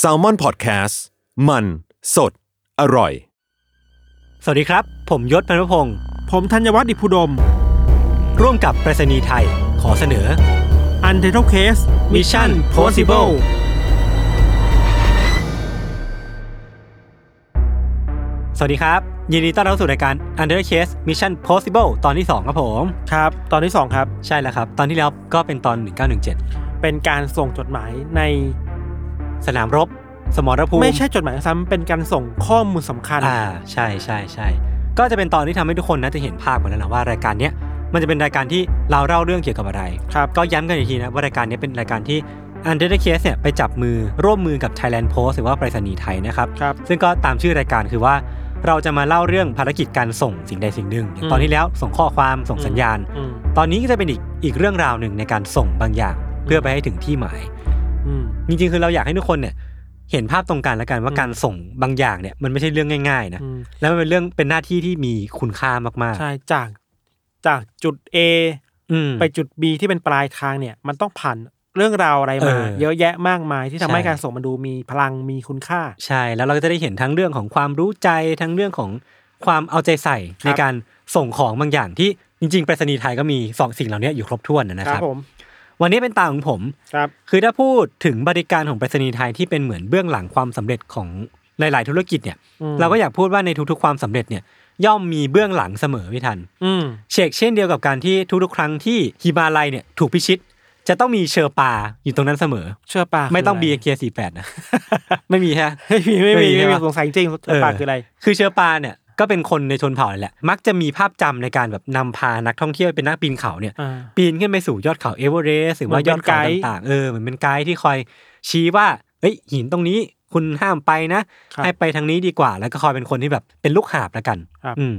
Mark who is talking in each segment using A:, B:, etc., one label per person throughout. A: s a l ม o n PODCAST มันสดอร่อย
B: สวัสดีครับ ผมยศพันวพงศ์
C: ผมธัญวัฒน์อิพุดม
B: ร่วมกับไปรษณีย์ไทย ขอเสนอ
C: u n t i t l e Case
B: Mission Possible สวัสดีครับ ยินดีต้อนรับสู่รายการ Under Case Mission Possible ตอนที่ 2 ครับผม
C: ครับ ตอนที่ 2 ครับ
B: ใช่แล้วครับ ตอนที่แล้วก็เป็นตอน 1917
C: เป็นการส่งจดหมายใน
B: สนามรบ สมรภูมิ
C: ไม่ใช่จดหมายซ้ำเป็นการส่งข้อมูลสำคัญ
B: อ่าใช่ใช่ใช่ก็จะเป็นตอนที่ทำให้ทุกคนน่าจะเห็นภาพกันแล้วนะว่ารายการเนี้ยมันจะเป็นรายการที่เราเล่าเรื่องเกี่ยวกับอะไร
C: ครับ
B: ก็ย้ำกันอีกทีนะว่ารายการนี้เป็นรายการที่ u n d e r t a k e r เนี่ยไปจับมือร่วมมือกับ Thailand Post หรือว่าไปรษณีย์ไทยนะครับ
C: ครับ
B: ซึ่งก็ตามชื่อรายการคือว่า เราจะมาเล่าเรื่องภารกิจการส่งสิ่งใดสิ่งหนึ่งอย่าง
C: อืม
B: ตอนที่แล้วส่งข้อความส่งสัญญาณ
C: อืม
B: ตอนนี้ก็จะเป็นอีกอีกเรื่องราวหนึ่งในการส่งบางอย่าง เพื่อไปให้ถึงที่หมาย
C: อืม
B: จริงๆคือเราอยากให้ทุกคนเนี่ยเห็นภาพตรงกันแล้วกันว่า
C: อืม
B: การส่งบางอย่างเนี่ยมันไม่ใช่เรื่องง่ายๆนะ
C: อืม
B: แล้วมันเป็นเรื่องเป็นหน้าที่ที่มีคุณค่ามาก
C: ใช่จากจากจุด A
B: ๆอืม
C: ไปจุด B ที่เป็นปลายทางเนี่ย มันต้องผ่านเรื่องราวอะไรมา
B: เออ
C: เยอะแยะมากมายที่ทำให้
B: ใช่
C: การส่งมันดูมีพลังมีคุณค่า
B: ใช่แล้วเราก็จะได้เห็นทั้งเรื่องของความรู้ใจทั้งเรื่องของความเอาใจใส่
C: ครับ
B: ในการส่งของบางอย่างที่จริงๆ ไปรษณีย์ไทยก็มีสองสิ่งเหล่านี้อยู่ครบถ้วนนะนะครับ
C: ผม
B: วันนี้เป็นตาของผม
C: ครับ
B: คือถ้าพูดถึงบริการของไปรษณีย์ไทยที่เป็นเหมือนเบื้องหลังความสำเร็จของหลาย ๆ ธุรกิจเนี่ย
C: อืม
B: เราก็อยากพูดว่าในทุก ๆ ความสำเร็จเนี่ยย่อมมีเบื้องหลังเสมอพี่ทัน
C: อืม
B: เชกเช่นเดียวกับการที่ทุกๆครั้งที่ฮิมาลัยเนี่ยถูกพิชิต จะต้องมีเชอร์ปาอยู่ตรงนั้นเสมอ
C: เชื่อปาก
B: ไม่ต้อง
C: คืะร
B: BK48 นะ ไม่มีฮะ
C: ไม่มีไม่มี
B: ไม่มี
C: ไม่
B: ใช่
C: มี
B: ปะ
C: สงสัยจริงๆเชื่อปาก
B: เออ
C: คืออะไร
B: คือเชอร์ปาเนี่ยก็เป็นคนในชนเผ่านั่นแหละ มักจะมีภาพจำในการแบบนำพานักท่องเที่ยวเป็นนักปีนเขาเนี่ย
C: อ่า
B: ปีนขึ้นไปสู่ยอดเขาเอเวอเรสต์หรือว่ายอดเขา
C: เหมือนเป็นไกด์
B: ต่างๆเออเหมือนเป็นไกด์ที่คอยชี้ว่าเอ้ยหินตรงนี้คุณห้ามไปนะ
C: ครับ
B: ให้ไปทางนี้ดีกว่า แล้วก็คอยเป็นคนที่แบบเป็นลูกหาบละกัน
C: ครับ
B: อืม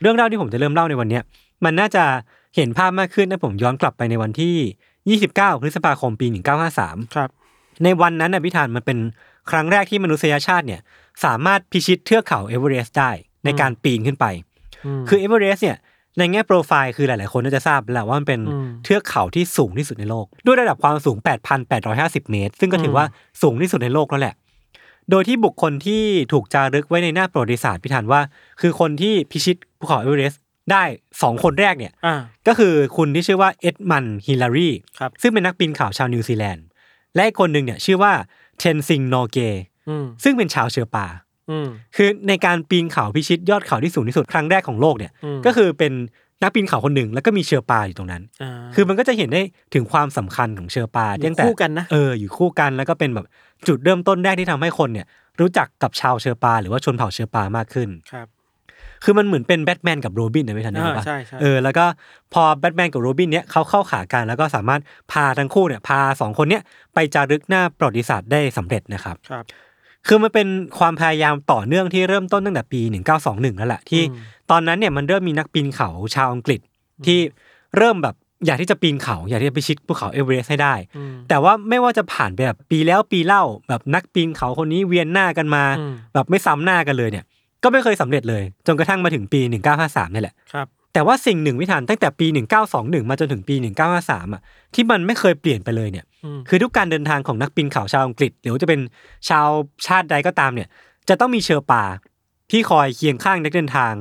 B: เรื่องเล่าที่ผมจะเริ่มเล่าในวันเนี้ยมันน่าจะเห็นภาพมากขึ้นนะผมย้อนกลับไปในวันที่ 29 พฤษภาคมปี 1953
C: ครับ
B: ในวันนั้นนะพิธานมันเป็นครั้งแรกที่มนุษยชาติเนี่ยสามารถพิชิตเทือกเขาเอเวอเรสต์ได้ในการปีนขึ้นไป
C: ม
B: คือเอเวอเรสต์เนี่ยในแง่โปรไฟล์คือหลาย ๆ คนน่าจะทราบแล้วแหละว่ามันเป็น
C: อืม
B: เทือกเขาที่สูงที่สุดในโลก ด้วยระดับความสูง 8,850 เมตร ซึ่งก็ถืออ
C: ม
B: ว่าสูงที่สุดในโลกแล้วแหละ โดยที่บุคคลที่ถูกจารึกไว้ในหน้าประวัติศาสตร์พิธานว่า คือคนที่พิชิตภูเขาเอเวอเรสต์ได้สองคนแรกเนี่ย
C: อ่า
B: ก็คือคุณที่ชื่อว่าเอ็ดมันฮิลลารี
C: ครับ
B: ซึ่งเป็นนักปีนเขาชาวนิวซีแลนด์ และอีกคนหนึ่งเนี่ยชื่อว่าเทนซิงนอเก
C: อืม
B: ซึ่งเป็นชาวเชอร์ปา
C: อืม
B: คือในการปีนเขาพิชิตยอดเขาที่สูงที่สุดครั้งแรกของโลกเนี่ย
C: อืม
B: ก็คือเป็นนักปีนเขาคนหนึ่งแล้วก็มีเชอร์ปาอยู่ตรงนั้น
C: อ่า
B: คือมันก็จะเห็นได้ถึงความสำคัญของเชอร์ปา
C: อยู่
B: ตั้งแต่
C: คู่กันนะ
B: เอออยู่คู่กันแล้วก็เป็นแบบจุดเริ่มต้นแรกที่ทำให้คนเนี่ยรู้จักกับชาวเชอร์ปา หรือว่าชนเผ่าเชอร์ปามากขึ้น
C: ครับ
B: คือมันเหมือนเป็นแบทแมนกับโรบินนะไม่ทันได้
C: อ่า
B: ปะ
C: ใช่ใช่
B: เออแล้วก็พอแบทแมนกับโรบินเนี่ยเขาเข้าขากันแล้วก็สามารถพาทั้งคู่เนี่ยพาสองคนเนี่ยไปจารึกหน้าประวัติศาสตร์ได้สำเร็จนะครับ
C: ครับ
B: คือมันเป็นความพยายามต่อเนื่องที่เริ่มต้นตั้งแต่ปี 1921 แล้วแหละที่
C: อืม
B: ตอนนั้นเนี่ยมันเริ่มมีนักปีนเขาชาวอังกฤษที่เริ่มแบบอยากที่จะปีนเขา อยากที่จะไปชิดภูเขาเอเวอเรสต์ให้ได้
C: อืม
B: แต่ว่าไม่ว่าจะผ่านไปแบบปีแล้วปีเล่าแบบนักปีนเขาคนนี้เวียนหน้ากันมา
C: อืม
B: แบบไม่ซ้ำหน้ากันเลยเนี่ย ก็ไม่เคยสำเร็จเลย จนกระทั่งมาถึงปี 1953เนี่ยแหละ
C: ครับ
B: แต่ว่าสิ่งหนึ่งพิธานตั้งแต่ปี 1921 มาจนถึงปี 1953อ่ะที่มันไม่เคยเปลี่ยนไปเลยเนี่ย
C: อืม
B: คือทุกการเดินทางของนักปีนเขาชาวอังกฤษ หรือว่าจะเป็นชาวชาติใดก็ตามเนี่ย จะต้องมีเชอร์ปาที่คอยเคียงข้างนักเดินทาง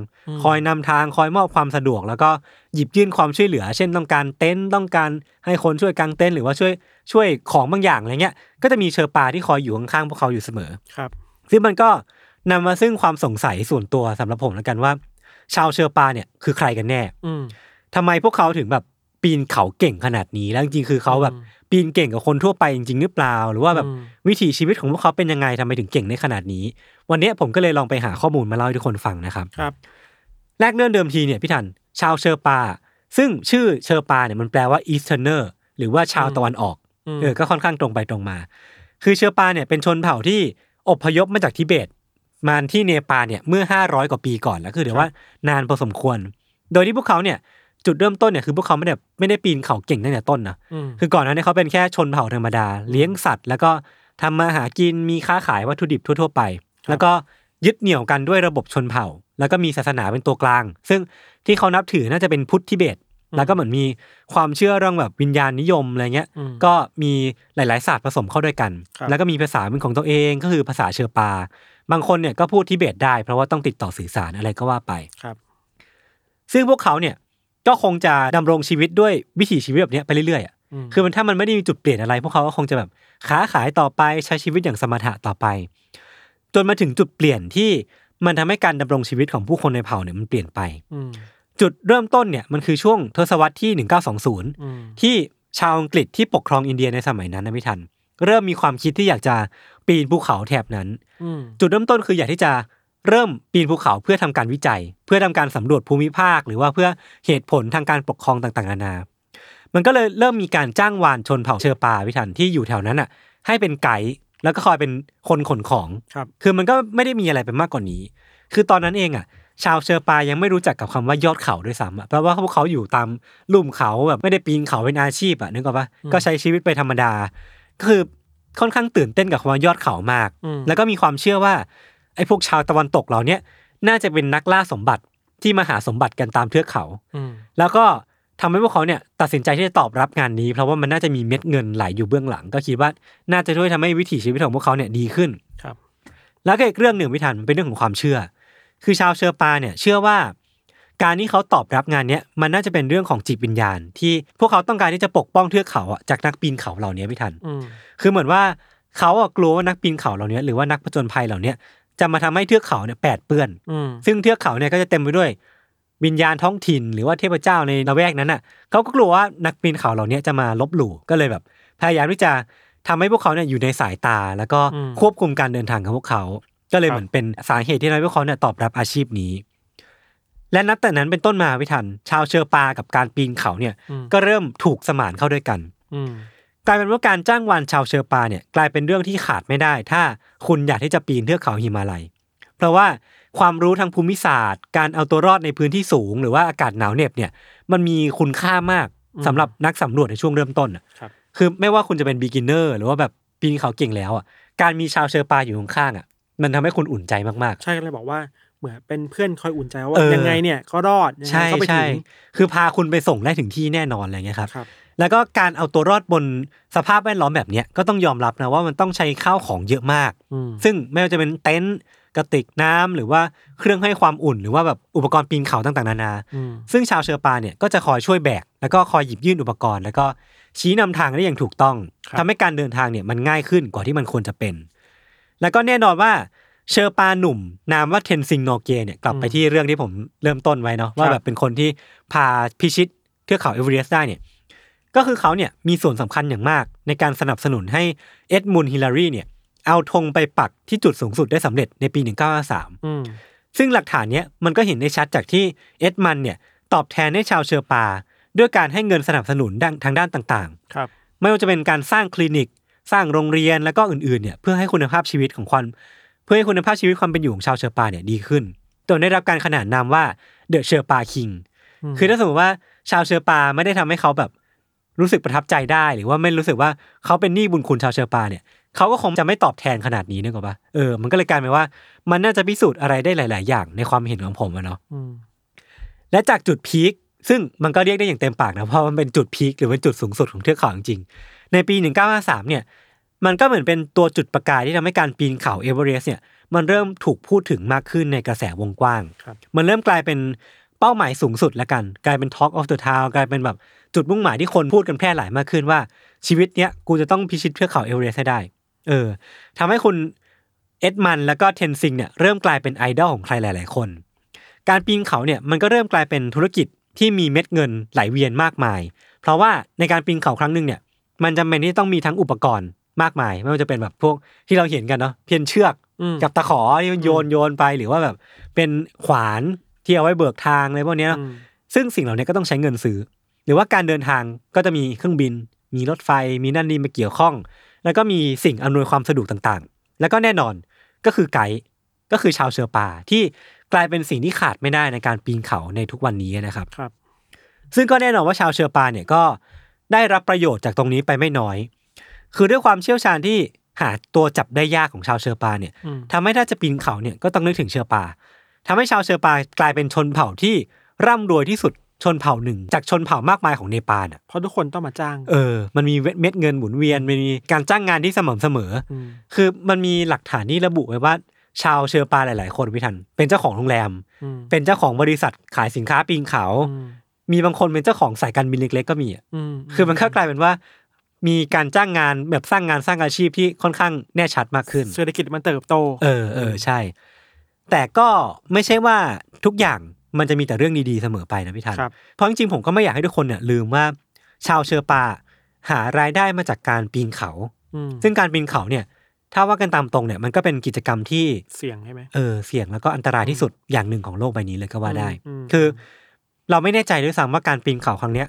B: คอยนำทางคอยมอบความสะดวก แล้วก็หยิบยื่นความช่วยเหลือ เช่นต้องการเต็นท์ต้องการให้คนช่วยกางเต็นท์หรือว่าช่วยช่วยของบางอย่างอะไรเงี้ยก็จะมีเชอร์ปาที่คอยอยู่ข้างๆพวกเขาอยู่เสมอ
C: ครับ
B: ซึ่งมันก็นำมาซึ่งความสงสัยส่วนตัวสำหรับผมแล้วกันว่า ชาวเชอร์ปาเนี่ยคือใครกันแน่
C: อืม
B: ทำไมพวกเขาถึงแบบปีนเขาเก่งขนาดนี้ แล้วจริงๆคือเขาแบบ
C: อืม
B: ปีนเก่งกับคนทั่วไปจริงๆหรือเปล่า หรือว่าแบบ
C: อืม
B: วิถีชีวิตของพวกเขาเป็นยังไงทำไมถึงเก่งได้ขนาดนี้ วันเนี้ยผมก็เลยลองไปหาข้อมูลมาเล่าให้ทุกคนฟังนะครับ
C: ครับ
B: แรกเริ่มเดิมทีเนี่ยพี่ทันชาวเชอร์ปา ซึ่งชื่อเชอร์ปาเนี่ยมันแปลว่า Easterner หรือว่าชาวตะวันออก
C: อืม
B: เออก็ค่อนข้างตรงไปตรงมา คือเชอร์ปาเนี่ยเป็นชนเผ่าที่อพยพมาจากทิเบต มาที่เนปาลเนี่ยเมื่อ 500 กว่าปีก่อนแล้วคือเดี๋ยวว่านานพอสมควร โดยที่พวกเขาเนี่ยจุดเริ่มต้นเนี่ยคือพวกเขาไม่ได้ไม่ได้ปีนเขาเก่งตั้งแต่ต้นนะ
C: อืม
B: คือก่อนหน้านี้เขาเป็นแค่ชนเผ่าธรรมดา เลี้ยงสัตว์ แล้วก็ทำมาหากินมีค้าขายวัตถุดิบทั่ว ๆ ไป
C: ครับ
B: แล้วก็ยึดเหนี่ยวกันด้วยระบบชนเผ่า แล้วก็มีศาสนาเป็นตัวกลาง ซึ่งที่เขานับถือน่าจะเป็นพุทธทิเบต แล้วก็เหมือนมีความเชื่อเรื่องแบบวิญญาณนิยมอะไรเงี้ย
C: อืม
B: ก็มีหลาย ๆ ศาสตร์ผสมเข้าด้วยกัน
C: ครับ
B: แล้วก็มีภาษาเป็นของตัวเองก็คือภาษาเชอปา บางคนเนี่ยก็พูดทิเบตได้เพราะว่าต้องติดต่อสื่อสารอะไรก็ว่าไป
C: ครับ
B: ซึ่งพวกเขาเนี่ยก็คงจะดำรงชีวิตด้วยวิถีชีวิตแบบเนี้ยไปเรื่อยๆอะ
C: อืม
B: คือมันถ้ามันไม่ได้มีจุดเปลี่ยนอะไร พวกเขาก็คงจะแบบค้าขายต่อไปใช้ชีวิตอย่างสมถะต่อไป จนมาถึงจุดเปลี่ยนที่มันทำให้การดำรงชีวิตของผู้คนในเผ่าเนี่ยมันเปลี่ยนไป
C: อืม
B: จุดเริ่มต้นเนี่ยมันคือช่วงทศวรรษที่ 1920
C: อืม
B: ที่ชาวอังกฤษที่ปกครองอินเดียในสมัยนั้นนะพี่ทัน เริ่มมีความคิดที่อยากจะปีนภูเขาแถบนั้น
C: อืม
B: จุดเริ่มต้นคืออยากที่จะเริ่มปีนภูเขาเพื่อทำการวิจัย เพื่อทำการสำรวจภูมิภาค หรือว่าเพื่อเหตุผลทางการปกครองต่างๆนานา มันก็เลยเริ่มมีการจ้างวานชนเผ่าเชอปาพิทันที่อยู่แถวนั้นอ่ะ ให้เป็นไกด์แล้วก็คอยเป็นคนขนของ
C: ครับ
B: คือมันก็ไม่ได้มีอะไรไปมากกว่านนี้ คือตอนนั้นเองอ่ะ ชาวเชอปายังไม่รู้จักกับคำว่ายอดเขาด้วยซ้ำอะเพราะว่าพวกเขาอยู่ตามลุ่มเขาแบบไม่ได้ปีนเขาเป็นอาชีพอ่ะนึกออกปะก็ใช้ชีวิตไปธรรมดา ก็คือค่อนข้างตื่นเต้นกับคำว่ายอดเขามาก
C: อืม
B: แล้วก็มีความเชื่อว่าไอ้พวกชาวตะวันตกเหล่าเนี้ยน่าจะเป็นนักล่าสมบัติที่มาหาสมบัติกันตามเทือกเขา
C: อืม
B: แล้วก็ทำให้พวกเขาเนี่ยตัดสินใจที่จะตอบรับงานนี้ เพราะว่ามันน่าจะมีเม็ดเงินไหลอยู่เบื้องหลัง ก็คิดว่าน่าจะช่วยทำให้วิถีชีวิตของพวกเขาเนี่ยดีขึ้น
C: ครับ
B: แล้วก็อีกเรื่องหนึ่งพิธันมันเป็นเรื่องของความเชื่อ คือชาวเชอปาเนี่ยเชื่อว่า การที่เขาตอบรับงานเนี้ยมันน่าจะเป็นเรื่องของจิตวิญญาณ ที่พวกเขาต้องการที่จะปกป้องเทือกเขาอะจากนักปีนเขาเหล่านี้พิธัน
C: อืม
B: คือเหมือนว่าเขาอะกลัวว่านักปีนเขาเหล่านี้หรือว่านักผจญภัยเหล่านี้จะมาทำให้เทือกเขาเนี่ยแปดเปื้อน
C: อืม
B: ซึ่งเทือกเขาเนี่ยก็จะเต็มไปด้วย วิญญาณท้องถิ่น หรือว่าเทพเจ้าในละแวกนั้นน่ะเขาก็กลัวว่านักปีนเขาเหล่านี้จะมาลบหลู่ก็เลยแบบ พยายามที่จะทำให้พวกเขาเนี่ยอยู่ในสายตา แล้วก็ควบคุมการเดินทางของพวกเขา ก็เลยเหมือนเป็นสาเหตุที่ทำให้พวกเขาเนี่ยตอบรับอาชีพนี้ และนับแต่นั้นเป็นต้นมาพิทัน ชาวเชอปากับการปีนเขาเนี่ยก็เริ่มถูกสมานเข้าด้วยกัน
C: อืม
B: กลายเป็นว่าการจ้างวานชาวเชอปาเนี่ยกลายเป็นเรื่องที่ขาดไม่ได้ ถ้าคุณอยากที่จะปีนเทือกเขาหิมาลัย เพราะว่าความรู้ทางภูมิศาสตร์ การเอาตัวรอดในพื้นที่สูง หรือว่าอากาศหนาวเหน็บเนี่ยมันมีคุณค่ามากสำหรับนักสำรวจในช่วงเริ่มต้นน่ะ
C: ครับ
B: คือไม่ว่าคุณจะเป็น beginner หรือว่าแบบปีนเขาเก่งแล้วอ่ะการมีชาวเชอปาอยู่ข้างๆอ่ะมันทำให้คุณอุ่นใจมาก
C: ใช่ก็เลยบอกว่าเหมือนเป็นเพื่อนคอยอุ่นใจว่า
B: เออ
C: ยังไงเนี่ยก็รอดยั
B: ๆ
C: งไง
B: ใช่
C: ก็ไปถึ
B: ใช่
C: ง
B: คือพาคุณไปส่งได้ถึงที่แน่นอนอะไรเงี้ยครับ
C: ครับ
B: แล้วก็การเอาตัวรอดบนสภาพแวดล้อมแบบเนี้ยก็ต้องยอมรับนะว่ามันต้องใช้ข้าวของเยอะมาก
C: อืม
B: ซึ่งไม่ว่าจะเป็นเต็นท์กระติกน้ำหรือว่าเครื่องให้ความอุ่น หรือว่าแบบอุปกรณ์ปีนเขาต่างๆนานา
C: อืม
B: ซึ่งชาวเชอปาเนี่ยก็จะคอยช่วยแบก แล้วก็คอยหยิบยื่นอุปกรณ์ แล้วก็ชี้นำทางได้อย่างถูกต้อง
C: ครับ
B: ทำให้การเดินทางเนี่ยมันง่ายขึ้นกว่าที่มันควรจะเป็น แล้วก็แน่นอนว่าเชอปาหนุ่ม นามว่าเทนซิงโนเกเนี่ยกลับไปที่เรื่องที่ผมเริ่มต้นไว้เนาะว่าแบบเป็นคนที่พาพิชิตเทือกเขาเอเวอเรสต์ได้เนี่ยก็คือเขาเนี่ยมีส่วนสำคัญอย่างมาก ในการสนับสนุนให้เอ็ดมุนฮิลลารีเนี่ยเอาธงไปปักที่จุดสูงสุดได้สำเร็จในปี 1953
C: อืม
B: ซึ่งหลักฐานเนี้ยมันก็เห็นได้ชัดจากที่เอ็ดมันเนี่ยตอบแทนให้ชาวเชอปา ด้วยการให้เงินสนับสนุนด้านทางด้านต่าง
C: ครับ
B: ๆ ไม่ว่าจะเป็นการสร้างคลินิก สร้างโรงเรียนแล้วก็อื่นๆเนี่ยเพื่อให้คุณภาพชีวิตของความเพื่อให้คุณภาพชีวิตความเป็นอยู่ของชาวเชอปาเนี่ยดีขึ้นจนได้รับการขนานนามว่าเดอะเชอปาคิง
C: อืม
B: คือถ้าสมมติว่าชาวเชอปาไม่ได้ทำให้เขาแบบรู้สึกประทับใจได้หรือว่าไม่รู้สึกว่าเขาเป็นหนี้บุญคุณชาวเชอปาเนี่ย เขาก็คงจะไม่ตอบแทนขนาดนี้นึกออกปะเออ มันก็เลยกลายเป็นว่า มันน่าจะพิสูจน์อะไรได้หลาย ๆ อย่างในความเห็นของผมอะเนาะ
C: อืม
B: และจากจุดพีค ซึ่งมันก็เรียกได้อย่างเต็มปากนะ เพราะมันเป็นจุดพีคหรือเป็นจุดสูงสุดของเทือกเขาจริงๆ ในปี 1953 เนี่ย มันก็เหมือนเป็นตัวจุดประกายที่ทำให้การปีนเขาเอเวอเรสต์เนี่ย มันเริ่มถูกพูดถึงมากขึ้นในกระแสวงกว้าง
C: ครับ
B: มันเริ่มกลายเป็นเป้าหมายสูงสุดละกัน กลายเป็น Talk of the Town กลายเป็นแบบจุดมุ่งหมายที่คนพูดกันแพร่หลายมากขึ้นว่า ชีวิตเนี้ยกูจะต้องพิชิตเทือกเขาเอเวอเรสต์ให้ได้ เออทำให้คุณเอ็ดมันแล้วก็เทนซิงเนี่ยเริ่มกลายเป็นไอดอลของใครหลาย ๆ คน การปีนเขาเนี่ยมันก็เริ่มกลายเป็นธุรกิจที่มีเม็ดเงินไหลเวียนมากมาย เพราะว่าในการปีนเขาครั้งหนึ่งเนี่ย มันจำเป็นที่ต้องมีทั้งอุปกรณ์มากมาย ไม่ว่าจะเป็นแบบพวกที่เราเห็นกันเนาะเพียนเชือก
C: อืม
B: กับตะขอที่มันโยนโยนไปหรือว่าแบบเป็นขวานที่เอาไว้เบิกทางอะไรพวกเนี้ย
C: อืม
B: ซึ่งสิ่งเหล่านี้ก็ต้องใช้เงินซื้อ หรือว่าการเดินทางก็จะมีเครื่องบิน มีรถไฟ มีนั่นนี่มาเกี่ยวข้อง แล้วก็มีสิ่งอำนวยความสะดวกต่างๆ แล้วก็แน่นอนก็คือไกด์ก็คือชาวเชอป่าที่กลายเป็นสิ่งที่ขาดไม่ได้ในการปีนเขาในทุกวันนี้นะครับ
C: ครับ
B: ซึ่งก็แน่นอนว่าชาวเชอปาเนี่ยก็ได้รับประโยชน์จากตรงนี้ไปไม่น้อย คือด้วยความเชี่ยวชาญที่หาตัวจับได้ยากของชาวเชอปาเนี่ย
C: อืม
B: ทำให้ถ้าจะปีนเขาเนี่ยก็ต้องนึกถึงเชอปาทำให้ชาวเชอปากลายเป็นชนเผ่าที่ร่ำรวยที่สุด ชนเผ่าหนึ่ง จากชนเผ่ามากมายของเนปาลอ่ะ
C: เพราะทุกคนต้องมาจ้าง
B: เออมันมีเม็ดเงินหมุนเวียนมันมีการจ้างงานที่สม่ำเสมอ
C: ม
B: คือมันมีหลักฐานที่ระบุไว้ว่า ชาวเชอร์ปาหลาย ๆ คนพิทัน เป็นเจ้าของโรงแรม
C: อืม
B: เป็นเจ้าของบริษัทขายสินค้าปีนเขา
C: อืม
B: มีบางคนเป็นเจ้าของสายการบินเล็ก ๆ ก็มีอะ
C: อืม
B: คือมันก็กลายเป็นว่า มีการจ้างงานแบบสร้างงานสร้างอาชีพที่ค่อนข้างแน่ชัดมากขึ้น
C: เศรษฐกิจมันเติบโต
B: เออเออใช่ แต่ก็ไม่ใช่ว่าทุกอย่างมันจะมีแต่เรื่องดี ๆ เสมอไปนะพี่ทัน
C: ครับ
B: เพราะจริงๆผมก็ไม่อยากให้ทุกคนเนี่ยลืมว่า ชาวเชอร์ปา หารายได้มาจากการปีนเขา
C: อืม
B: ซึ่งการปีนเขาเนี่ย ถ้าว่ากันตามตรงเนี่ยมันก็เป็นกิจกรรมที่
C: เสี่ยงใช่ไหม
B: เออเสี่ยงแล้วก็อันตรายที่สุดอย่างหนึ่งของโลกใบนี้เลยก็ว่าได้
C: อืมอืม
B: คือ เราไม่แน่ใจด้วยซ้ำว่าการปีนเขาครั้งเนี้ย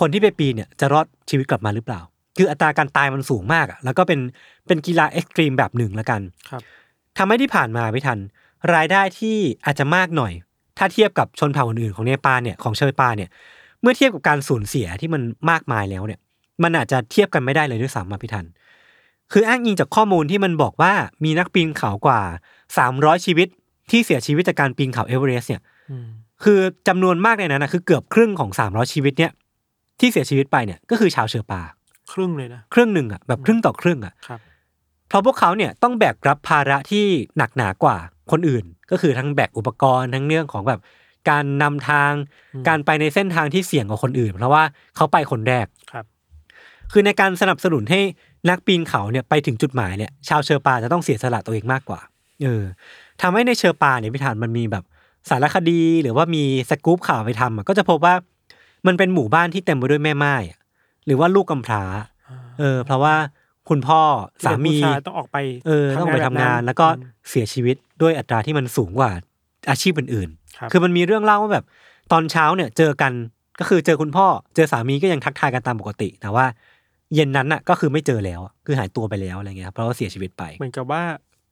B: คนที่ไปปีนเนี่ยจะรอดชีวิตกลับมาหรือเปล่า คืออัตราการตายมันสูงมากอะแล้วก็เป็นเป็นกีฬาเอ็กซ์ตรีมแบบหนึ่งละกัน
C: ครับ
B: ทำให้ที่ผ่านมาไม่ทัน รายได้ที่อาจจะมากหน่อย ถ้าเทียบกับชนเผ่าอื่นๆของเนปาลเนี่ยของเชยปาเนี่ย เมื่อเทียบกับการสูญเสียที่มันมากมายแล้วเนี่ย มันอาจจะเทียบกันไม่ได้เลยด้วยซ้ำมาพี่ทัน คืออ้างอิงจากข้อมูลที่มันบอกว่ามีนักปีนเขากว่า 300 ชีวิตที่เสียชีวิตจากการปีนเขาเอเวอเรสต์เนี่ย
C: อืม
B: คือจำนวนมากในนั้นนะคือเกือบครึ่งของ 300 ชีวิตเนี่ยที่เสียชีวิตไปเนี่ยก็คือชาวเชอร์ปา
C: ครึ่งเลยนะ
B: ครึ่งหนึ่งอ่ะแบบครึ่งต่อครึ่งอ่ะ
C: ครับ
B: เพราะพวกเขาเนี่ยต้องแบกรับภาระที่หนักหนากว่าคนอื่น ก็คือทั้งแบกอุปกรณ์ทั้งเรื่องของแบบการนำทาง
C: อืม
B: การไปในเส้นทางที่เสี่ยงกว่าคนอื่น เพราะว่าเขาไปคนแรก
C: ครับ
B: คือในการสนับสนุนให้นักปีนเขาเนี่ยไปถึงจุดหมายเนี่ยชาวเชอร์ปาจะต้องเสียสละตัวเองมากกว่า เออทำให้ในเชอร์ปาเนี่ยพิธานมันมีแบบสารคดีหรือว่ามีสกู๊ปข่าวไปทำอะก็จะพบว่ามันเป็นหมู่บ้านที่เต็มไปด้วยแม่ไม้อะหรือว่าลูกกำพร้า
C: อ่า
B: เออ เพราะว่าคุณพ่อสามี
C: ที่เป็นผู้ชยต้องออกไป
B: เออต้องไปทำงาน
C: บบ
B: แล้วก็
C: อืม
B: เสียชีวิตด้วยอัตราที่มันสูงกว่าอาชีพอื่นๆ
C: ครับ
B: คือมันมีเรื่องเล่าว่าแบบตอนเช้าเนี่ยเจอกันก็คือเจอคุณพ่อ เจอสามีก็ยังทักทายกันตามปกติ แต่ว่าเย็นนั้นน่ะก็คือไม่เจอแล้วอะคือหายตัวไปแล้วอะไรเงี้ยครับเพราะว่าเสียชีวิตไป
C: เหมือนกับว่า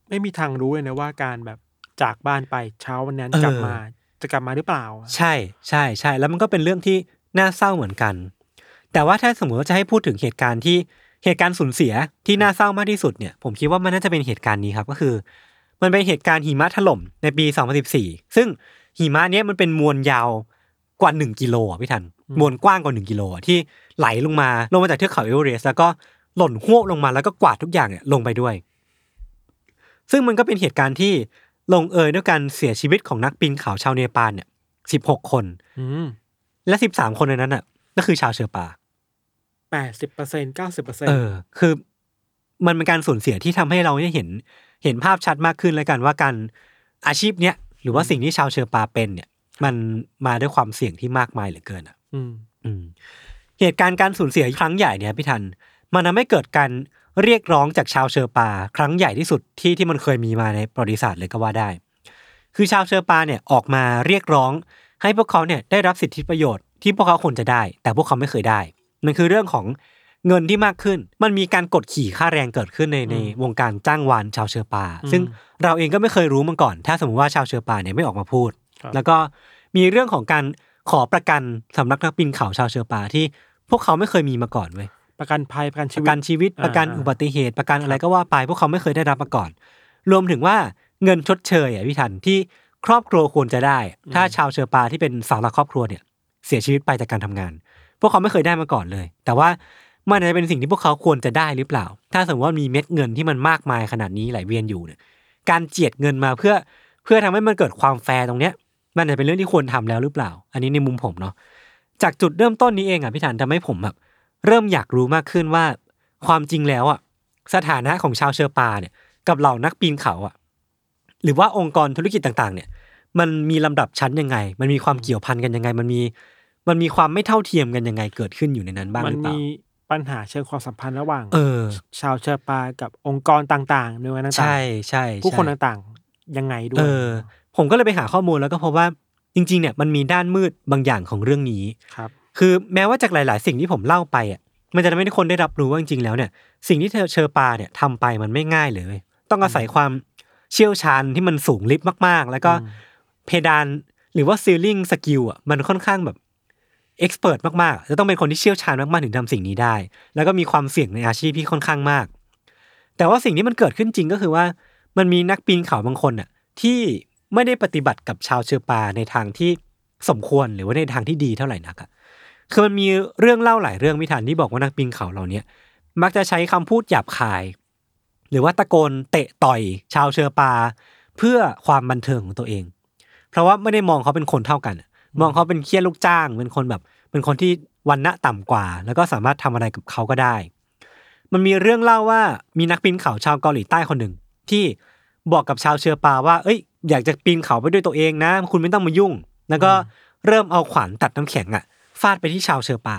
C: ไม่มีทางรู้เลยนะว่าการแบบจากบ้านไปเช้าวันนั้น
B: เออ
C: กลับมาจะกลับมาหรือเปล่า
B: ใช่ใช่ใช่แล้วมันก็เป็นเรื่องที่น่าเศร้าเหมือนกัน แต่ว่าถ้าสมมติว่าจะให้พูดถึงเหตุการณ์ที่เหตุการณ์สูญเสียที่น่าเศร้ามากที่สุดเนี่ยผมคิดว่ามันน่าจะเป็นเหตุการณ์นี้ครับก็คือ มันเป็นเหตุการณ์หิมะถล่มในปี 2014 ซึ่งหิมะเนี้ยมันเป็นมวลยาวกว่า 1 กิโลอ่ะพี่ทัน
C: อืม
B: มวลกว้างกว่า 1 กิโลอ่ะที่ไหลลงมาลงมาจากเทือกเขาเอเวอเรสต์แล้วก็หล่นหวบลงมาแล้วก็กวาดทุกอย่างเนี่ยลงไปด้วย ซึ่งมันก็เป็นเหตุการณ์ที่ลงเอยด้วยการเสียชีวิตของนักปีนเขาชาวเนปาลเนี่ย 16 คน
C: อืม
B: และ 13 คนในนั้นน่ะก็คือชาวเชอร์ปา
C: แปดสิบเปอร์เซ็นเก้าสิบเปอร์เซ็น
B: เออ คือมันเป็นการสูญเสียที่ทำให้เราเนี่ยเห็นเห็นภาพชัดมากขึ้นแล้วกันว่าการอาชีพเนี้ยหรือว่าสิ่งที่ชาวเชอร์ปาเป็นเนี่ย มันมาด้วยความเสี่ยงที่มากมายเหลือเกินอ่ะ
C: อืม
B: อืมเหตุการณ์การสูญเสียครั้งใหญ่เนี่ยพี่ทัน มันทำให้เกิดการเรียกร้องจากชาวเชอร์ปา ครั้งใหญ่ที่สุดที่ที่มันเคยมีมาในประวัติศาสตร์เลยก็ว่าได้ คือชาวเชอร์ปาเนี่ยออกมาเรียกร้อง ให้พวกเขาเนี่ยได้รับสิทธิประโยชน์ที่พวกเขาควรจะได้ แต่พวกเขาไม่เคยได้นั่นคือเรื่องของเงินที่มากขึ้น มันมีการกดขี่ค่าแรงเกิดขึ้นในในวงการจ้างวานชาวเชอร์ปา ซึ่งเราเองก็ไม่เคยรู้มาก่อน ถ้าสมมติว่าชาวเชอร์ปาเนี่ยไม่ออกมาพูด
C: ครับ
B: แล้วก็มีเรื่องของการขอประกันสำนักนักบินเขาชาวเชอร์ปาที่พวกเขาไม่เคยมีมาก่อนเว้ย
C: ประกันภัยประกัน
B: ป
C: ชี
B: ระ
C: วิต
B: กันชีวิต
C: อ่า
B: ประกัน
C: อ่า
B: อุบัติเหตุ ประกันอะไรก็ว่าไป พวกเขาไม่เคยได้รับมาก่อน รวมถึงว่าเงินชดเชยอ่ะพี่ทันที่ครอบครัวควรจะได้ ถ้าชาวเชอร์ปาที่เป็นเสาวหลักครอบครัวเนี่ย เสียชีวิตไปจากการทำงาน พวกเขาไม่เคยได้มาก่อนเลย แต่ว่ามันอาจจะเป็นสิ่งที่พวกเขาควรจะได้หรือเปล่า ถ้าสมมติว่ามีเม็ดเงินที่มันมากมายขนาดนี้ไหลเวียนอยู่เนี่ย การเจียดเงินมาเพื่อเพื่อทำให้มันเกิดความแฟร์ตรงเนี้ย มันอาจจะเป็นเรื่องที่ควรทำแล้วหรือเปล่า อันนี้ในมุมผมเนาะจากจุดเริ่มต้นนี้เองอ่ะพี่ฐานทำให้ผมแบบเริ่มอยากรู้มากขึ้นว่า ความจริงแล้วอ่ะสถานะของชาวเชอร์ปาเนี่ยกับเหล่านักปีนเขาอ่ะหรือว่าองค์กรธุรกิจต่าง ๆ เนี่ย มันมีลำดับชั้นยังไง มันมีความเกี่ยวพันกันยังไง มันมีมันมีความไม่เท่าเทียมกันยังไงเกิดขึ้นอยู่ในนั้นบ้าง
C: มั
B: หรือเปล่า
C: มีปัญหาเชิงความสัมพันธ์ระหว่าง
B: เออ
C: ชาวเชอร์ปากับองค์กรต่างๆหน่วยงานต่างๆ
B: ใช่ใช่
C: ผู้คน
B: ใช่
C: ต่างๆ ยังไงด้ว
B: เอย อผมก็เลยไปหาข้อมูลแล้วก็พบว่าจริงๆเนี่ยมันมีด้านมืดบางอย่างของเรื่องนี้
C: ครับ
B: คือแม้ว่าจากหลาย ๆ สิ่งที่ผมเล่าไปอ่ะมันจะทำให้ทุกคนได้รับรู้ว่าจริงๆแล้วเนี่ย สิ่งที่เธอเชอปาเนี่ยทำไปมันไม่ง่ายเลยเว้ยต้องอาศัยความเชี่ยวชาญที่มันสูงลิบมากๆ แล้วก็
C: อืม
B: เพดานหรือว่าซีลิงสกิลอ่ะมันค่อนข้างแบบเอ็กซ์เพรสมากๆจะต้องเป็นคนที่เชี่ยวชาญมากๆถึงทำสิ่งนี้ได้ แล้วก็มีความเสี่ยงในอาชีพที่ค่อนข้างมาก แต่ว่าสิ่งที่มันเกิดขึ้นจริงก็คือว่า มันมีนักปีนเขาบางคนอ่ะที่ไม่ได้ปฏิบัติกับชาวเชอปาในทางที่ สมควรหรือว่าในทางที่ดีเท่าไหร่นักอะคือมันมีเรื่องเล่าหลายเรื่องมิถานที่บอกว่านักปีนเขาเหล่าเนี้ยมักจะใช้คำพูดหยาบคาย หรือว่าตะโกนเตะต่อย ชาวเชอปา เพื่อความบันเทิงของตัวเอง เพราะว่าไม่ได้มองเขาเป็นคนเท่ากันอะมองเขาเป็นเคี้ยลูกจ้าง เป็นคนแบบ เป็นคนที่วันณะต่ำกว่า แล้วก็สามารถทำอะไรกับเขาก็ได้ มันมีเรื่องเล่าว่ามีนักปีนเขาชาวเกาหลีใต้คนหนึ่ง ที่บอกกับชาวเชอปาว่า เอ้ย อยากจะปีนเขาไปด้วยตัวเองนะ คุณไม่ต้องมายุ่ง แล้วก็เริ่มเอาขวานตัดน้ำแข็งอะฟาดไปที่ชาวเชอปา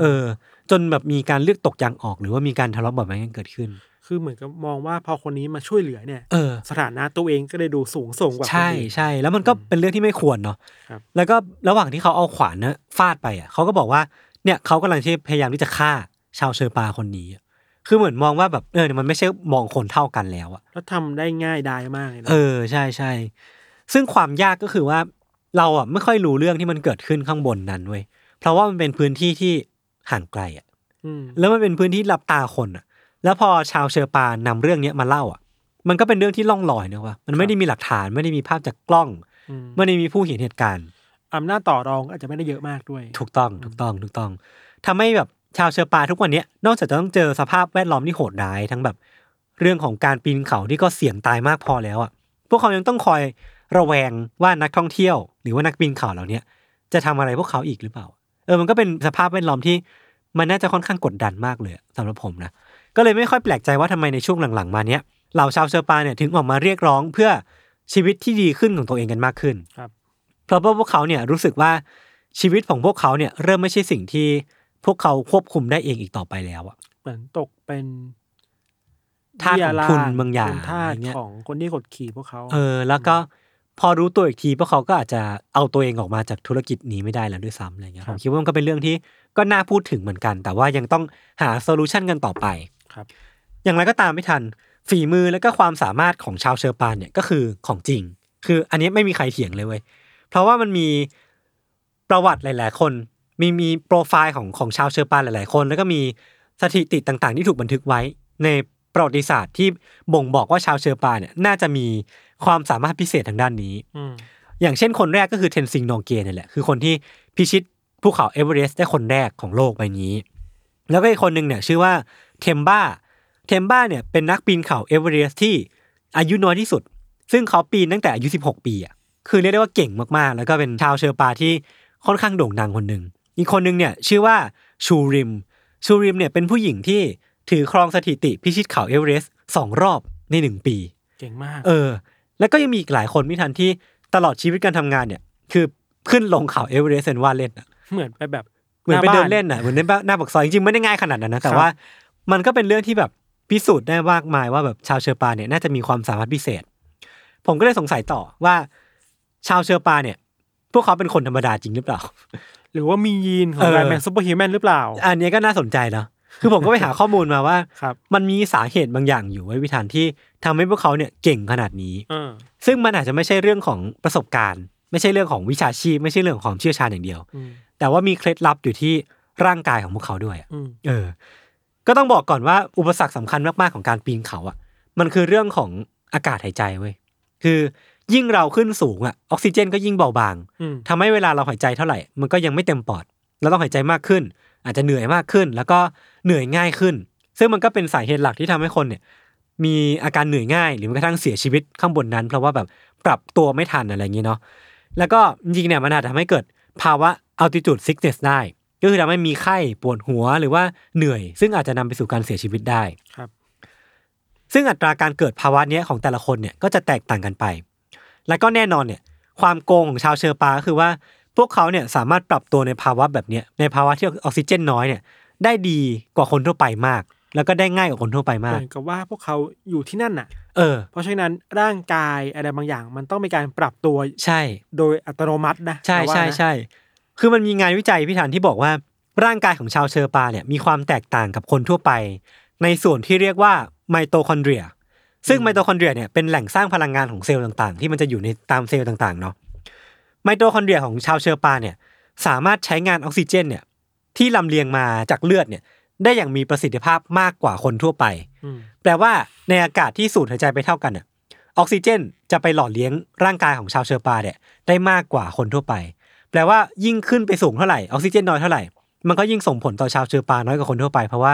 B: เออ จนแบบมีการเลือดตกยางออก หรือว่ามีการทะเลาะเบาะแว้งกันเกิดขึ้น
C: คือเหมือนกับมองว่าพอคนนี้มาช่วยเหลือเนี่ย
B: เออ
C: สถานะตัวเองก็เลยดูสูงส่งกว่าคน
B: ใช่
C: อื่น
B: ใช่แล้วมันก็เป็นเรื่องที่ไม่ควรเนาะ
C: ครับ
B: แล้วก็ระหว่างที่เขาเอาขวานนะฟาดไปอ่ะเขาก็บอกว่าเนี่ยเขากำลังที่พยายามที่จะฆ่าชาวเชอร์ปาคนนี้อะคือเหมือนมองว่าแบบเออเนี่ยมันไม่ใช่มองคนเท่ากันแล้วอ่ะ
C: แล้วทำได้ง่ายดายมากเลยนะ
B: เออใช่ใช่ซึ่งความยากก็คือว่าเราอ่ะไม่ค่อยรู้เรื่องที่มันเกิดขึ้นข้างบนนั้นเว้ยเพราะว่ามันเป็นพื้นที่ที่ห่างไกลอ่ะ
C: ม
B: แล้วมันเป็นพื้นที่หลับตาคนอ่ะ แล้วพอชาวเชอร์ปานำเรื่องเนี้ยมาเล่าอ่ะ มันก็เป็นเรื่องที่ล่องลอยเนอะวะมันไม่ได้มีหลักฐานไม่ได้มีภาพจากกล้อง
C: อืม
B: ไม่ได้มีผู้เห็นเหตุการณ์
C: อำนาจต่อรองก็อาจจะไม่ได้เยอะมากด้วย
B: ถูกต้องถูกต้องถูกต้องทำให้แบบชาวเชอปาทุกวันเนี้ยนอกจากจะต้องเจอสภาพแวดล้อมที่โหดร้ายทั้งแบบ เรื่องของการปีนเขาที่ก็เสี่ยงตายมากพอแล้วอ่ะพวกเขายังต้องคอยระแวงว่านักท่องเที่ยว หรือว่านักปีนเขาเหล่าเนี้ยจะทำอะไรพวกเขาอีกหรือเปล่า เออมันก็เป็นสภาพแวดล้อมที่มันน่าจะค่อนข้างกดดันมากเลยอะสำหรับผมนะก็เลยไม่ค่อยแปลกใจว่าทำไมในช่วงหลังๆ มาเนี้ยเหล่าชาวเชอปาเนี่ยถึงออกมาเรียกร้องเพื่อชีวิตที่ดีขึ้นของตัวเองกันมากขึ้น เพราะว่าพวกเขาเนี่ยรู้สึกว่าชีวิตของพวกเขาเนี่ยเริ่มไม่ใช่สิ่งที่พวกเขาควบคุมได้เองอีกต่อไปแล้วอะ
C: เหมือนตกเป็น
B: ทาสของทุนบางอย่าง
C: เป็นทาส
B: อย่างเงี้ย
C: ของคนที่กดขี่พวกเขา
B: เออ แล้วก็พอรู้ตัวอีกทีพวกเขาก็อาจจะเอาตัวเองออกมาจากธุรกิจนี้ไม่ได้แล้วด้วยซ้ำอะไรเงี้ยผมคิดว่ามันก็เป็นเรื่องที่ก็น่าพูดถึงเหมือนกัน แต่ว่ายังต้องหาโซลูชันกันต่อไป
C: ครับ
B: อย่างไรก็ตามไม่ทัน ฝีมือและก็ความสามารถของชาวเชอร์ปานเนี่ยก็คือของจริง คืออันนี้ไม่มีใครเถียงเลยเว้ยเพราะว่ามันมีประวัติหลาย ๆ คน มีมีโปรไฟล์ของของชาวเชอร์ปานหลาย ๆ คน แล้วก็มีสถิติต่างๆ ที่ถูกบันทึกไว้ ในประวัติศาสตร์ที่บ่งบอกว่าชาวเชอร์ปานเนี่ยน่าจะมีความสามารถพิเศษทางด้านนี้
C: อืม
B: อย่างเช่นคนแรกก็คือเทนซิงนองเกียนี่แหละ คือคนที่พิชิตภูเขาเอเวอเรสต์ได้คนแรกของโลกใบนี้ แล้วก็อีกคนหนึ่งเนี่ยชื่อว่าเทมบ้า เทมบ้าเนี่ยเป็นนักปีนเขาเอเวอเรสต์ที่อายุน้อยที่สุด ซึ่งเขาปีนตั้งแต่อายุ 16 ปีอ่ะ คือเรียกได้ว่าเก่งมากๆ แล้วก็เป็นชาวเชอร์ปาที่ค่อนข้างโด่งดังคนหนึ่ง อีกคนหนึ่งเนี่ยชื่อว่าชูริม ชูริมเนี่ยเป็นผู้หญิงที่ถือครองสถิติพิชิตเขาเอเวอเรสต์สองรอบในหนึ่งปี
C: เก่งมาก
B: เออ แล้วก็ยังมีอีกหลายคนมิทันที่ตลอดชีวิตการทำงานเนี่ย คือขึ้นลงเขาเอเวอเรสต์เป็นว่าเล่นอะ
C: เหมือนไปแบบ
B: เหมือนไป
C: า
B: เดิ
C: บ้าน
B: เล่นอ่ะเหมือนในบ้านหน้าปากซอยจริงๆไม่ได้ง่ายขนาดนั้นนะ แต่ว่ามันก็เป็นเรื่องที่แบบพิสูจน์ได้มากมายว่าแบบชาวเชอร์ปาเนี่ยน่าจะมีความสามารถพิเศษ ผมก็เลยสงสัยต่อว่าชาวเชอร์ปาเนี่ย พวกเขาเป็นคนธรรมดาจริงหรือเปล่า
C: หรือว่ามียีนขอ
B: เอง อ
C: ไลแมนซูเปอร์ฮิวแมนหรือเปล่า
B: อันเนี้ยก็น่าสนใจเนาะคือผมก็ไปหาข้อมูลมาว่า
C: ครับ
B: มันมีสาเหตุบางอย่างอยู่ไว้ยวิธานที่ทำให้พวกเขาเนี่ยเก่งขนาดนี้
C: เออ
B: ซึ่งมันอาจจะไม่ใช่เรื่องของประสบการณ์ ไม่ใช่เรื่องของวิชาชีพ ไม่ใช่เรื่องของความเชี่ยวชาญอย่างเดียว
C: อืม
B: แต่ว่ามีเคล็ดลับอยู่ที่ร่างกายของพวกเขาด้วยอะ
C: อืม
B: เออ ก็ต้องบอกก่อนว่าอุปสรรคสำคัญมากๆของการปีนเขาอ่ะ มันคือเรื่องของอากาศหายใจเว้ยคือยิ่งเราขึ้นสูงอ่ะออกซิเจนก็ยิ่งเบาบาง
C: อืม
B: ทำให้เวลาเราหายใจเท่าไหร่ มันก็ยังไม่เต็มปอดเราต้องหายใจมากขึ้น อาจจะเหนื่อยมากขึ้น แล้วก็เหนื่อยง่ายขึ้น ซึ่งมันก็เป็นสาเหตุหลักที่ทำให้คนเนี่ย มีอาการเหนื่อยง่าย หรือแม้กระทั่งเสียชีวิตข้างบนนั้น เพราะว่าแบบปรับตัวไม่ทันอะไรอย่างนี้เนาะแล้วก็จริงๆเนี่ยมันอาจจะทำให้เกิดภาวะ altitude sickness ได้ ก็คือทำให้มีไข้ปวดหัวหรือว่าเหนื่อย ซึ่งอาจจะนำไปสู่การเสียชีวิตได้
C: ครับ
B: ซึ่งอัตราการเกิดภาวะเนี้ยของแต่ละคนเนี่ยก็จะแตกต่างกันไป แล้วก็แน่นอนเนี่ยความโกงของชาวเชอร์ปาก็คือว่าพวกเขาเนี่ยสามารถปรับตัวในภาวะแบบเนี้ยในภาวะที่ออกซิเจนน้อยเนี่ยได้ดีกว่าคนทั่วไปมาก แล้วก็ได้ง่ายกว่าคนทั่วไป
C: เห
B: มาก
C: มือนกับว่าพวกเขาอยู่ที่นั่นน่ะ
B: เออ
C: เพราะฉะนั้นร่างกายอะไรบางอย่างมันต้องมีการปรับตัว
B: ใช่
C: โดยอัตโนมัตินะ
B: ใช่
C: เราว่า
B: ใช่
C: นะ
B: ใช่ คือมันมีงานวิจัยพิธันที่บอกว่า ร่างกายของชาวเชอร์ปาเนี่ยมีความแตกต่างกับคนทั่วไป ในส่วนที่เรียกว่าไมโตคอนเดรีย ซึ่งไมโตคอนเดรียเนี่ยเป็นแหล่งสร้างพลังงานของเซลล์ต่างๆ ที่มันจะอยู่ในตามเซลล์ต่างๆเนาะ ไมโตคอนเดรียของชาวเชอร์ปาเนี่ยสามารถใช้งานออกซิเจนเนี่ยที่ลำเลียงมาจากเลือดเนี่ยได้อย่างมีประสิทธิภาพมากกว่าคนทั่วไป
C: อืม
B: แปลว่าในอากาศที่สูดหายใจไปเท่ากันน่ะออกซิเจนจะไปหล่อเลี้ยงร่างกายของชาวเชอร์ปาเนี่ยได้มากกว่าคนทั่วไป แปลว่ายิ่งขึ้นไปสูงเท่าไหร่ออกซิเจนน้อยเท่าไหร่ มันก็ยิ่งส่งผลต่อชาวเชอปาน้อยกว่าคนทั่วไป เพราะว่า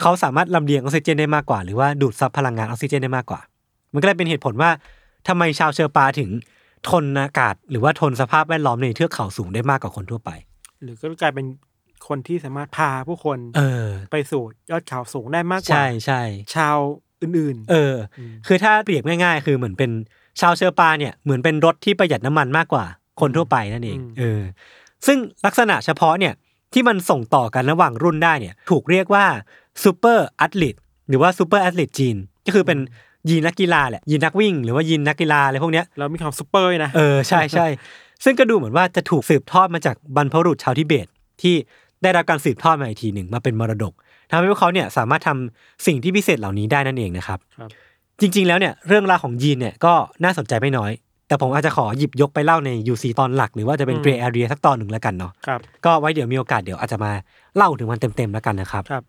B: เขาสามารถลำเลียงออกซิเจนได้มากกว่า หรือว่าดูดซับพลังงานออกซิเจนได้มากกว่า มันก็เลยเป็นเหตุผลว่าทำไมชาวเชอปาถึงทนอากาศ หรือว่าทนสภาพแวดล้อมในเทือกเขาสูงได้มากกว่าคนทั่วไป
C: หรือก็กลายเป็นคนที่สามารถพาผู้คน
B: เออ
C: ไปสู่ยอดเขาสูงได้มากกว่า
B: ใช่ใช่
C: ชาวอื่น
B: เออ คือถ้าเปรียบง่ายๆ คือเหมือนเป็นชาวเชอปาเนี่ยเหมือนเป็นรถที่ประหยัดน้ำมันมากกว่า คนทั่วไปนั่นเองเออซึ่งลักษณะเฉพาะเนี่ยที่มันส่งต่อกันระหว่างรุ่นได้เนี่ยถูกเรียกว่าซูเปอร์แอตลิตหรือว่าซูเปอร์แอตลิตจีน ก็คือเป็นยีนนักกีฬาแหละยีนนักวิ่ง หรือว่ายีนนักกีฬาอะไรพวกเนี้ย
C: ๆแล้วมีความซุปเปอร์ด้วยนะ
B: เออใช่ใช่ ซึ่งก็ดูเหมือนว่าจะถูกสืบทอดมาจากบรรพบุรุษชาวทิเบต ที่ได้รับการสืบทอดมาอีกทีหนึ่งมาเป็นมรดกทำให้พวกเขาเนี่ยสามารถทำสิ่งที่พิเศษเหล่านี้ได้นั่นเองนะครับ
C: ครับ
B: จริง ๆ แล้วเนี่ยเรื่องราวของยีนเนี่ยก็น่าสนใจไม่น้อย แต่ผมอาจจะขอหยิบยกไปเล่าใน UC ตอนหลัก หรือว่าจะเป็น Grey Area สักตอนหนึ่งแล้วกันเนาะ
C: ครับ
B: ก็ไว้เดี๋ยวมีโอกาสเดี๋ยวอาจจะมาเล่าถึงมันเต็มๆแล้วกันนะครับ
C: ครับ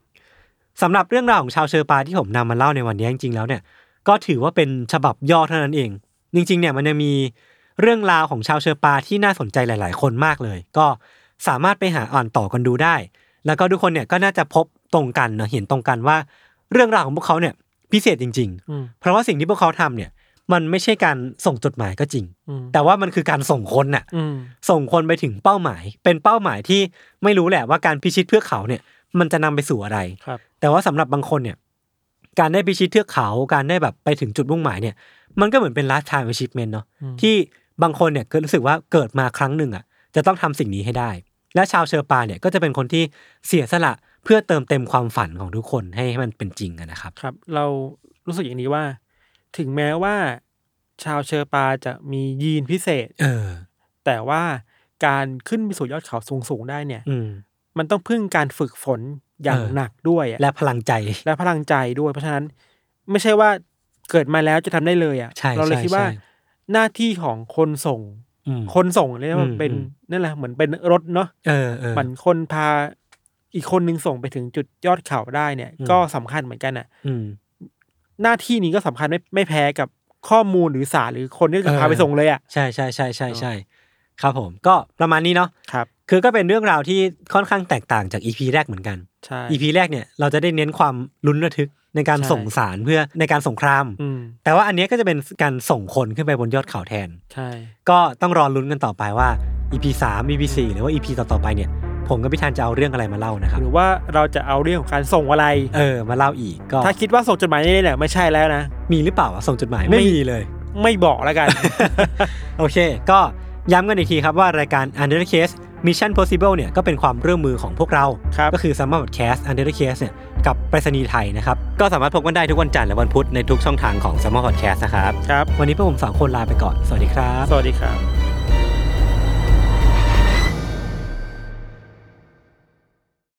B: สำหรับเรื่องราวของชาวเชอปาที่ผมนำมาเล่าในวันนี้จริงๆแล้วเนี่ยก็ถือว่าเป็นฉบับย่อเท่านั้นเอง จริงๆเนี่ยมันยังมีเรื่องราวของชาวเชอปาที่น่าสนใจหลาย ๆ คนมากเลย ก็สามารถไปหาอ่านต่อกันดูได้ แล้วก็ทุกคนเนี่ยก็น่าจะพบตรงกันเนอะเห็นตรงกันว่า เรื่องราวของพวกเขาเนี่ยพิเศษจริง
C: อืม
B: ๆ เพราะว่าสิ่งที่พวกเขาทำเนี่ยมันไม่ใช่การส่งจดหมายก็จริง
C: อืม
B: แต่ว่ามันคือการส่งคนน่ะ
C: อืม
B: ส่งคนไปถึงเป้าหมาย เป็นเป้าหมายที่ไม่รู้แหละว่าการพิชิตเทือกเขาเนี่ยมันจะนำไปสู่อะไร
C: ครับ
B: แต่ว่าสำหรับบางคนเนี่ย การได้พิชิตเทือกเขาการได้แบบไปถึงจุดมุ่งหมายเนี่ย มันก็เหมือนเป็น last time achievement เนาะ
C: อืม
B: ที่บางคนเนี่ยก็รู้สึกว่าเกิดมาครั้งหนึ่งอ่ะ จะต้องทำสิ่งนี้ให้ได้ และชาวเชอปาเนี่ยก็จะเป็นคนที่เสียสละเพื่อเติมเต็มความฝันของทุกคนให้ให้มันเป็นจริงอะนะครับ
C: ครับ เรารู้สึกอย่างนี้ว่า ถึงแม้ว่า ชาวเชอปาจะมียีนพิเศษ
B: เออ
C: แต่ว่าการขึ้นไปสู่ยอดเขาสูงๆได้เนี่ย
B: อืม
C: มันต้องพึ่งการฝึกฝนอย่าง
B: เออ
C: หนักด้วยอะ
B: และพลังใจ
C: และพลังใจด้วย เพราะฉะนั้นไม่ใช่ว่าเกิดมาแล้วจะทำได้เลยอ่ะ
B: ใช่
C: เราเลย
B: ใช่
C: คิดว่า
B: ใช่
C: หน้าที่ของคนส่ง
B: อืม
C: คนส่งเรียกว่า
B: อืม
C: เป็น
B: อืม
C: นั่นแหละเหมือนเป็นรถเนาะ
B: เออเออ
C: เหมือนคนพาอีกคนนึงส่งไปถึงจุดยอดเขาได้เนี่ย
B: อืม
C: ก็สำคัญเหมือนกันอ่ะ
B: อืม
C: หน้าที่นี้ก็สำคัญไม่ไม่แพ้กับข้อมูลหรือสารหรือคนที่จะ
B: เออ
C: พาไปส่งเลยอ่ะ
B: ใช่ใช่ใช่ใช่
C: เนอะ
B: ใช่ครับผม ก็ประมาณนี้เนาะ
C: ครับ
B: คือก็เป็นเรื่องราวที่ค่อนข้างแตกต่างจากอีพีแรกเหมือนกัน
C: ใช่
B: อีพีแรกเนี่ยเราจะได้เน้นความลุ้นระทึกในการ
C: ใช่
B: ส่งสารเพื่อในการสงคราม
C: อืม
B: แต่ว่าอันเนี้ยก็จะเป็นการส่งคนขึ้นไปบนยอดเขาแทน
C: ใช่
B: ก็ต้องรอลุ้นกันต่อไปว่า EP 3 EP 4หรือว่า EP ต่อๆไปเนี่ย ผมกับพี่ธันจะเอาเรื่องอะไรมาเล่านะครับ
C: หรือว่าเราจะเอาเรื่องของการส่งอะไร
B: เออมาเล่าอีกก็
C: ถ้าคิดว่าส่งจดหมายนี่เนี่ยไม่ใช่แล้วนะ
B: มีหรือเปล่าวะส่งจดหมาย
C: ไม่
B: ไม่มีเลย
C: ไม่บอกแล้วกัน
B: โอเค ก็ย้ำกันอีกทีครับว่ารายการ Under the Case Mission Possible เนี่ยก็เป็นความร่วมมือของพวกเรา
C: ครับ
B: ก็คือ s u m m e r Podcast Under the Case เนี่ยกับไปรษณีย์ไทยนะครับ ก็สามารถพบกันได้ทุกวันจันทร์และวันพุธในทุกช่องทางของ s u m m e r Podcast นะครับ
C: ครับ
B: วันนี้พวกผมสองคนลาไปก่อน สวัสดีครับ
C: สวัสดีครับ